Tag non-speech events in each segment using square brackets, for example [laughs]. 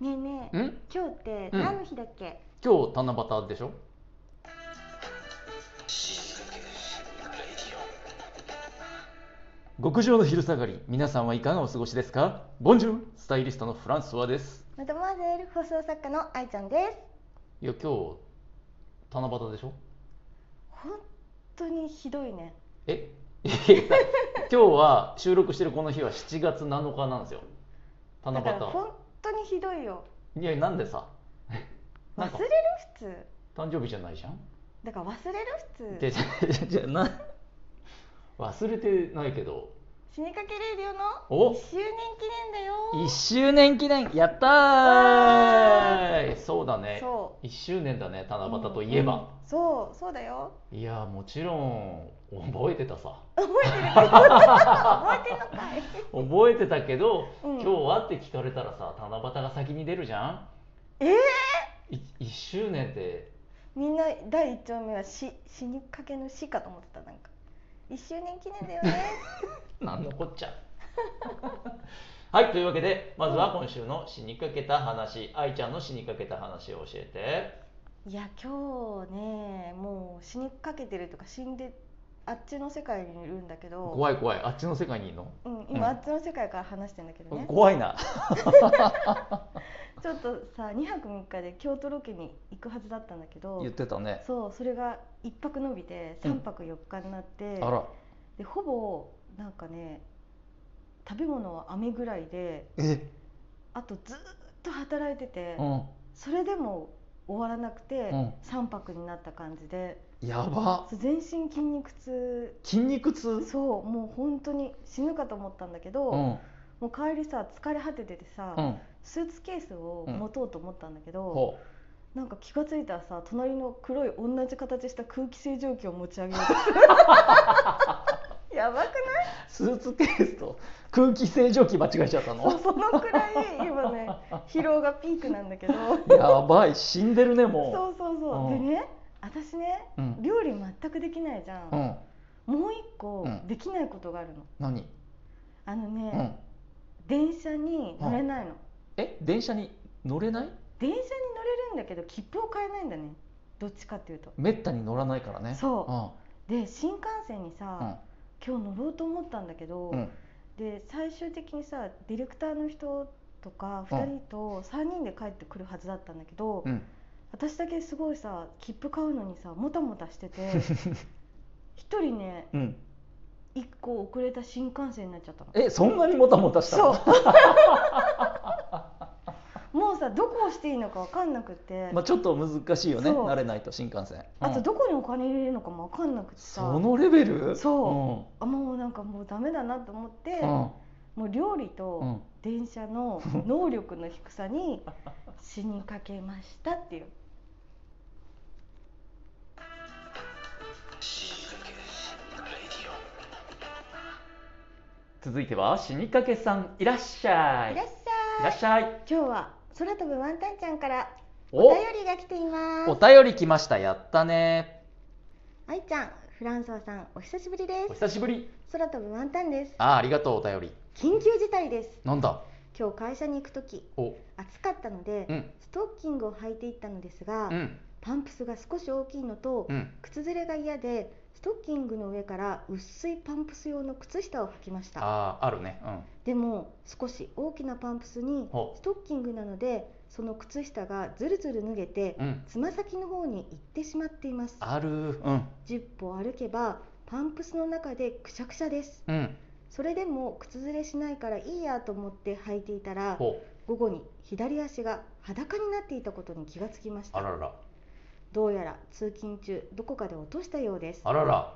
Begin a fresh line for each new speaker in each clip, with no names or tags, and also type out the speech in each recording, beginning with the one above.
ねえねえ
ん
今日って
うん
何の日だっけ、
今日七夕でしょ極上の昼下がり皆さんはいかがお過ごしですかボンジュールスタイリストのフランソワです
またマーゼル放送作家の愛ちゃんです
いや今日七夕でしょ
本当にひどいね
え [laughs] いや今日は収録してるこの日は7月7日なんですよ七
だから本当にひどいよ
夕いやなんでさ
忘
な
れ
んか
る普通
誕生日じゃないじゃん
だから忘れる普
で
通
じゃじゃな忘れてないけど
死にかけレディオの
お
1周年記念だよ
1周年記念やったーいそうだね
そ
1周年だね七夕といえば、
うんそうそうだよ
いやーもちろん覚えてたさ
覚えてる覚えてんの
[laughs]
かい
覚えてたけど、
うん
今日はって聞かれたらさ七夕が先に出るじゃん
ええ
い1周年って
みんな第一丁目は死死にかけの死かと思ってたなんか1周年記念だよね
なんのこっち [laughs] ゃはいというわけでまずは今週の死にかけた話愛ちゃんの死にかけた話を教え
いや今日ねもう死にかけてるとか死んであっちの世界にいるんだけ
て
ど、
怖い怖いあっちの世界にいるの、
うん、
うん
今あっちの世界から話してんだけどね、
怖いな
ちょっとさ2泊3日で京都ロケに行くはずだったんだけど
言ってたね
そうそれが1泊延びて3泊4日になって、
あら
でほぼなんかね食べ物は雨ぐらいで
え
あとずーっと働いてて、
うん
それでも終わらなくて、
うん
3泊になった感じで
やば
そう全身筋肉痛
筋肉痛
そうもう本当に死ぬかと思ったんだけど、
うん
もう帰りさ疲れ果てててさ、
うん
スーツケースを持とうと思ったんだけど、
ほ
なんか気が付いたらさ隣の黒い同じ形した空気清浄機を持ち上げ
[laughs]
るやばくないう
スーツケースと空気清浄機間違えちゃった
そう
の
そのくらい今ね疲労がピークなんだけど
やばい死んでるね
そ
も
うそうそう、
うん
でね私ね
ううん
料理全くできないじゃん、
うん
もう一個
うん
できないことがあるの
何
あのね、
うん
電車に乗れないの、
え電車に乗れない
電車に乗れるんだけど切符を買えないんだねどっちかっていうと
めったに乗らないからね
そで新幹線に
ううん
さ、今日乗ろうと思ったんだけど、
うん
で最終的にさディレクターの人とか
うん
2人と3人で帰ってくるはずだったんだけど、
うん
私だけすごいさ切符買うのにさもたもたしてて
[laughs]
一人ね
うん
1個遅れた新幹線になっちゃったの
えそんなにもたもたしたの
そう [laughs] もうさどこをしていいのか分かんなくて、
まあちょっと難しいよね
そう
慣れないと新幹線
あ
う
と
ん
どこにお金入れるのかも分かんなくてさ
そのレベル
そあもうなんかもうダメだなと思って、
うんうん
もう料理
う
と
ん
電車の能力の低さ
[laughs]
に死にかけましたっていう
続いては死にかけさんいらっしゃい
いらっし
い
ゃ
ら
い
っしゃい
今日は空飛ぶワンタンちゃんからお
お
便りが来ています
お便り来ましたやったね
愛ちゃんフランソワさんお久しぶりです
お久しぶり
空飛ぶワンタンです
あーありがとうお便り
緊急事態です
なんだ
今日会社に行く時
お
暑かったので、
うん
ストッキングを履いていったのですが、
うん
パンプスが少し大きいのと、
うん
靴ずれが嫌でストッキングの上から薄いパンプス用の靴下を履きました
あああるね
でも少し大きなパンプスに
ほう
ストッキングなのでその靴下がずるずる脱げて
うんうん
つま先の方に行ってしまっています
あるうん
10歩歩けばパンプスの中でくしゃくしゃです
うん
それでも靴ずれしないからいいやと思って履いていたら
ほ
午後に左足が裸になっていたことに気がつきまし
うあ
た
らら
どうやら通勤中どこかで落としたようです
あらら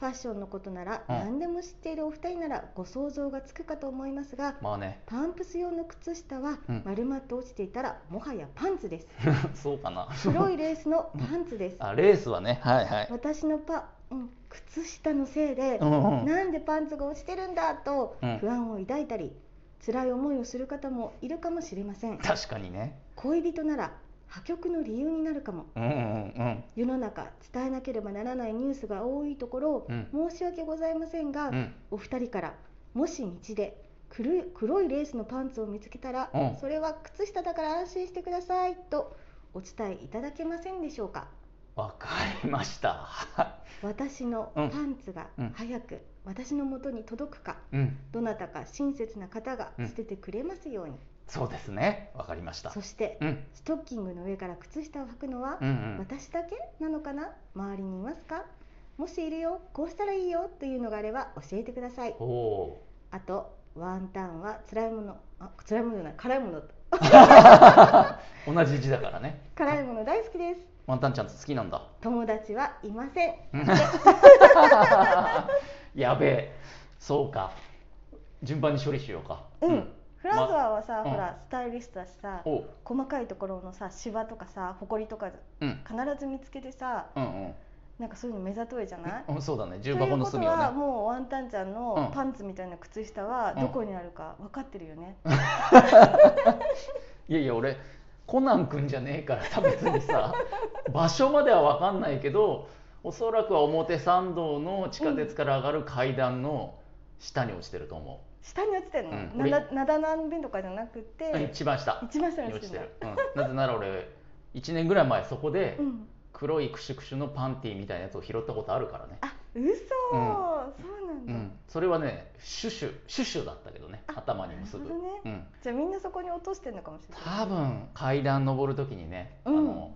ファッションのことなら
うん
何でも知っているお二人ならご想像がつくかと思いますが、
まあね [laughs]
パンプス用の靴下は
うん
丸まって落ちていたらもはやパンツ
[laughs]
です
そうかな
黒いレースのパンツです
[laughs] あレースはねはいはい
私のパ、うん、靴下のせいで
う、んうん
なんでパンツが落ちてるんだと
うん
不安を抱いたり辛い思いをする方もいるかもしれません
確かにね
恋人なら破局の理由になるかも
うんうん
世の中伝えなければならないニュースが多いところ
うん
申し訳ございませんが、
うんうん
お二人からもし道で黒い黒いレースのパンツを見つけたら、
うん
それは靴下だから安心してくださいとお伝えいただけませんでしょうか
わかりました。 [laughs] は
私のパンツが
うん
早く私の元に届くか、
いうん、
どなたか親切な方が捨ててくれますように、
そうですね。わかりました
そ。して
うん、
ストッキングの上から靴下を履くのは
うん、うん。
私だけなのかな周りにいますかもしいるよこうしたらいいよというのがあれば教えてください
おお
あとワンタンは辛いものあ辛いものじゃない辛いもの
ー、同じ字だからね。
辛いもの大好きです
ワンタンちゃん好きなんだ。
友達はいません
[laughs] やべえ。そうか。順番に処理しようか。
うん、フランスワはさ、
ま
ほらスタイリストだしさ
おう。
細かいところのさシワとかさほこりとか
うん。
必ず見つけてさ
うんうん。
なんかそういうの目ざといじゃない
うん、そうだね。
という
重箱の
こと
隅をね
は。もうワンタンちゃん
う
の
ん
パンツみたいな靴下はどこにあるか分かってるよね、
いやいや俺コナン君じゃねえからさ別
[laughs]
にさ場所までは分かんないけどおそらくは表参道の地下鉄から上がる階段の下に落ちてると思
下に落ちてんの、
うん
なだなだなんべんとかじゃなく
う、
て
一番下
一番下
に
に
落
落
ち
ち
て
て
る
る、
うんなぜなら俺1年ぐらい前そこで
うん
黒いクシュクシュのパンティーみたいなやつを拾ったことあるからね、
あ嘘、そうなん
う
だ、
ん、それはねシュシュシュシュだったけどね
あ
頭に結
な
ぶ、
るほどね
うん、
じゃあみんなそこに落としてんのかもしれない
多分階段登る時にね、
うん
あの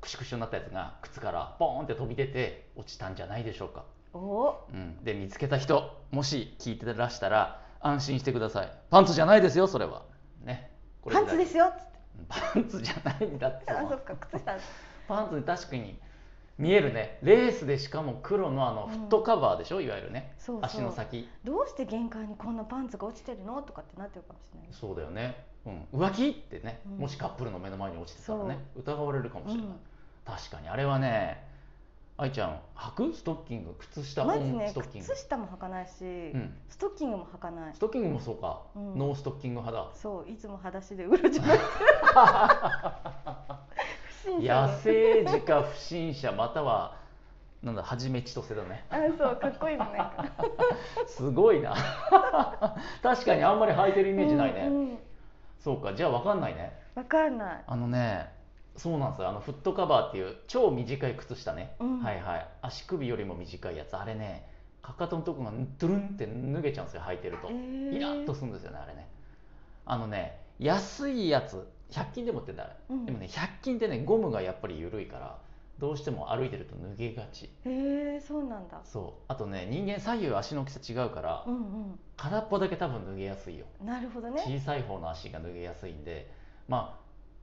クシュクシュになったやつが靴からボーンって飛び出て落ちたんじゃないでしょうか、
おお
うん、で見つけた人もし聞いてらしたら安心してくださいパンツじゃないですよそれはねこれ
パンツですよっつって
パンツじゃないんだって
あそっか靴下
パンツに確かに見えるねレースでしかも黒のあのフットカバーでしょ、いわゆるね
そうそう
足の先
どうして玄関にこんなパンツが落ちてるのとかってなってるかもしれない
そうだよね、うん、浮気ってね、
うん
もしカップルの目の前に落ちてたらね疑われるかもしれない、
うん
確かにあれはね愛ちゃん履くストッキング靴下
ま
オ
ず
ン
ね
ストッキング
靴下も履かないし、
うん、
ストッキングも履かない
ストッキングもそうか、
うん
ノーストッキング派だ
そういつも裸足でうろ
[laughs]
ちょろ不審者
野
だ
生児か不審者またはなんだ初め千歳だね
あそうかっこいいのね
すごいな [laughs] 確かにあんまり履いてるイメージないね、
うんうん
そうかじゃあ分かんないね
わかんない
あのねそうなんですよあのフットカバーっていう超短い靴下ね、
うん
はいはい足首よりも短いやつあれねかかとのとこがドゥルンって脱げちゃうんですよ履いてると、
えー
イラッとするんですよねあれねあのね安いやつ100均でも売ってんだあれ、
うん
でもね100均ってねゴムがやっぱり緩いからどうしても歩いてると脱げがち
へえそうなんだ
そうあとね人間左右足の大きさ違うから、
うん
片っぽだけ多分脱げやすいよ
うんなるほどね
小さい方の足が脱げやすいんでまあ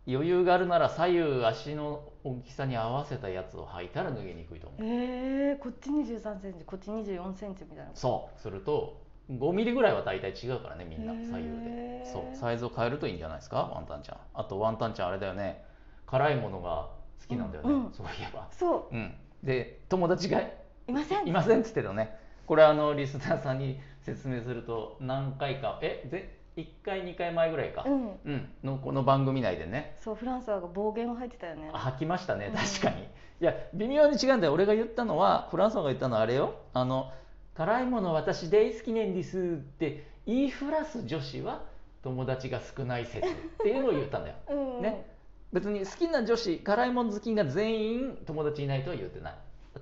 余裕があるなら左右足の大きさに合わせたやつを履いたら脱げにくいと思う、
えー、こっち2 3センチこっち2 4センチみたいな
そうすると5ミリぐらいは大体違うからねみんな
へー
左右でそうサイズを変えるといいんじゃないですかワンタンちゃんあとワンタンちゃんあれだよね辛いものが好きなんだよね、
うんうん
そういえば
そ
うんで友達が
ういません
いませんっつってたねこれあのリスナーさんに説明すると何回かえぜ1回2回前ぐらいか、
うん
うん、のこの番組内でね
そうフランスは暴言を吐いてたよね
あ吐きましたね
うん
確かに、いや微妙に違うんだよ俺が言ったのはフランソンが言ったのはあれよあの辛いもの私大好きねんですって言いふらす女子は友達が少ない説っていうのを言ったんだよ
うん
ね別に好きな女子辛いもの好きが全員友達いないとは言ってない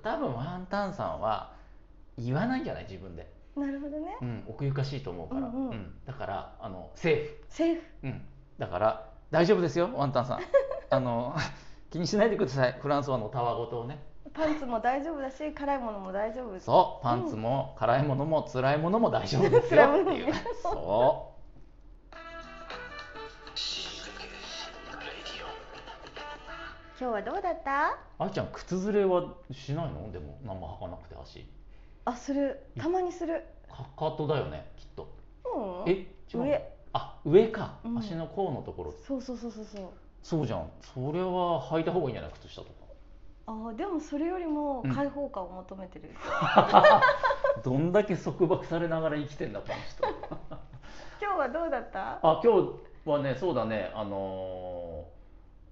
多分ワンタンさんは言わないんじゃない自分で、
なるほどね
うん、奥ゆかしいと思うから、
うんうん
だからあのセーフ
セーフ
うん、だから大丈夫ですよワンタン [laughs] さんあの気にしないでくださいフランスワのたわごとをね
パンツも大丈夫だし辛いものも大丈夫
そうパンツも辛いものも辛いものも大丈夫です [laughs] よっていうそ
今日はどうだった
うあいちゃん靴ずれはしないのでも何も履かなくて足
あするたまにする
かかとだよねきっと
うん
え違う
上
あ上か、
うん
足の甲のところ
そうそうそうそうそう
そうじゃんそれは履いた方がいいんじゃない靴下とか
あーでもそれよりも
うん
開放感を求めて
[laughs]
る、
どんだけ束縛されながら生きてんだこの人
今日はどうだった
あ今日はねそうだねあの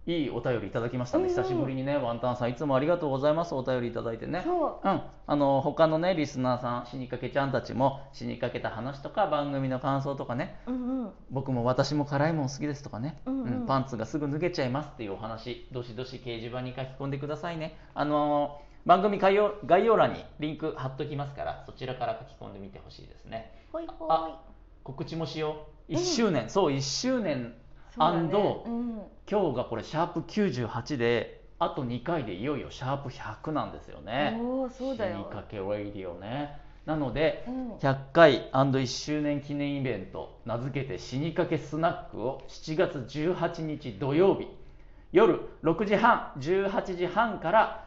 いいお便りいただきましたね、
うんうん
久しぶりにねワンタンさんいつもありがとうございますお便りいただいてね
そう
うん、あの他のねリスナーさん死にかけちゃんたちも死にかけた話とか番組の感想とかね
うんうん
僕も私も辛いもん好きですとかね、
うんうん
パンツがすぐ脱げちゃいますっていうお話どしどし掲示板に書き込んでくださいねあのー番組概要概要欄にリンク貼っときますからそちらから書き込んでみてほしいですね
ほいほい
あ告知もしよう1周年、そう1周年
そうだね
and
うん
今日がこれシャープ98であと2回でいよいよシャープ100なんですよね
おおそうだ
死に
よ
かけラディオねなので
うん
100回 &1 周年記念イベント名付けて死にかけスナックを7月18日土曜日夜6時半18時半から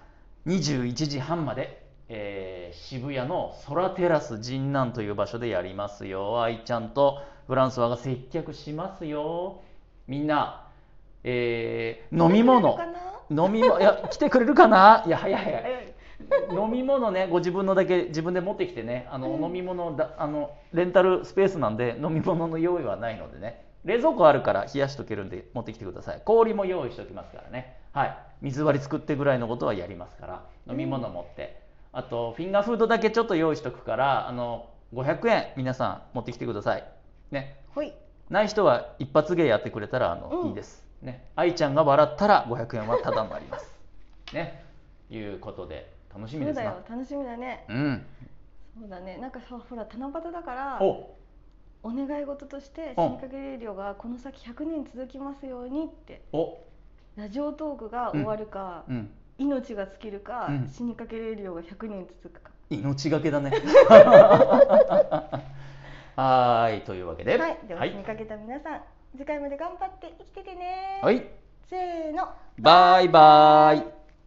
21時半まで、えー渋谷の空テラス神南という場所でやりますよ愛ちゃんとフランスワが接客しますよみんな、えー飲み物
かな
飲み物いや来てくれるかないや早い早い
え
飲み物ねご自分のだけ自分で持ってきてねあの、
うん
お飲み物だあのレンタルスペースなんで飲み物の用意はないのでね冷蔵庫あるから冷やしとけるんで持ってきてください氷も用意しておきますからねはい水割り作ってぐらいのことはやりますから飲み物持って、あとフィンガーフードだけちょっと用意しとくからあの500円皆さん持ってきてくださいね
ほい
ない人は一発芸やってくれたらあの、
うん
いいですね愛ちゃんが笑ったら500円はただになります
[laughs]
ねいうことで楽し
そ
みで
う
す
だ
な
よ楽しみだね
うん
そうだねなんかさほら七夕だから
お
お願い事として死
うん
にかけレディオがこの先100年続きますようにって
お
ラジオトークが終わるか、
うん
命が尽きるか、
うん
死にかけレディオが100年続くか
命が
[laughs]
けだねはーいというわけで
はいでは
は
死に
い、
かけた皆さん、次回まで頑張って生きててね
はい、
せーの
バイバイ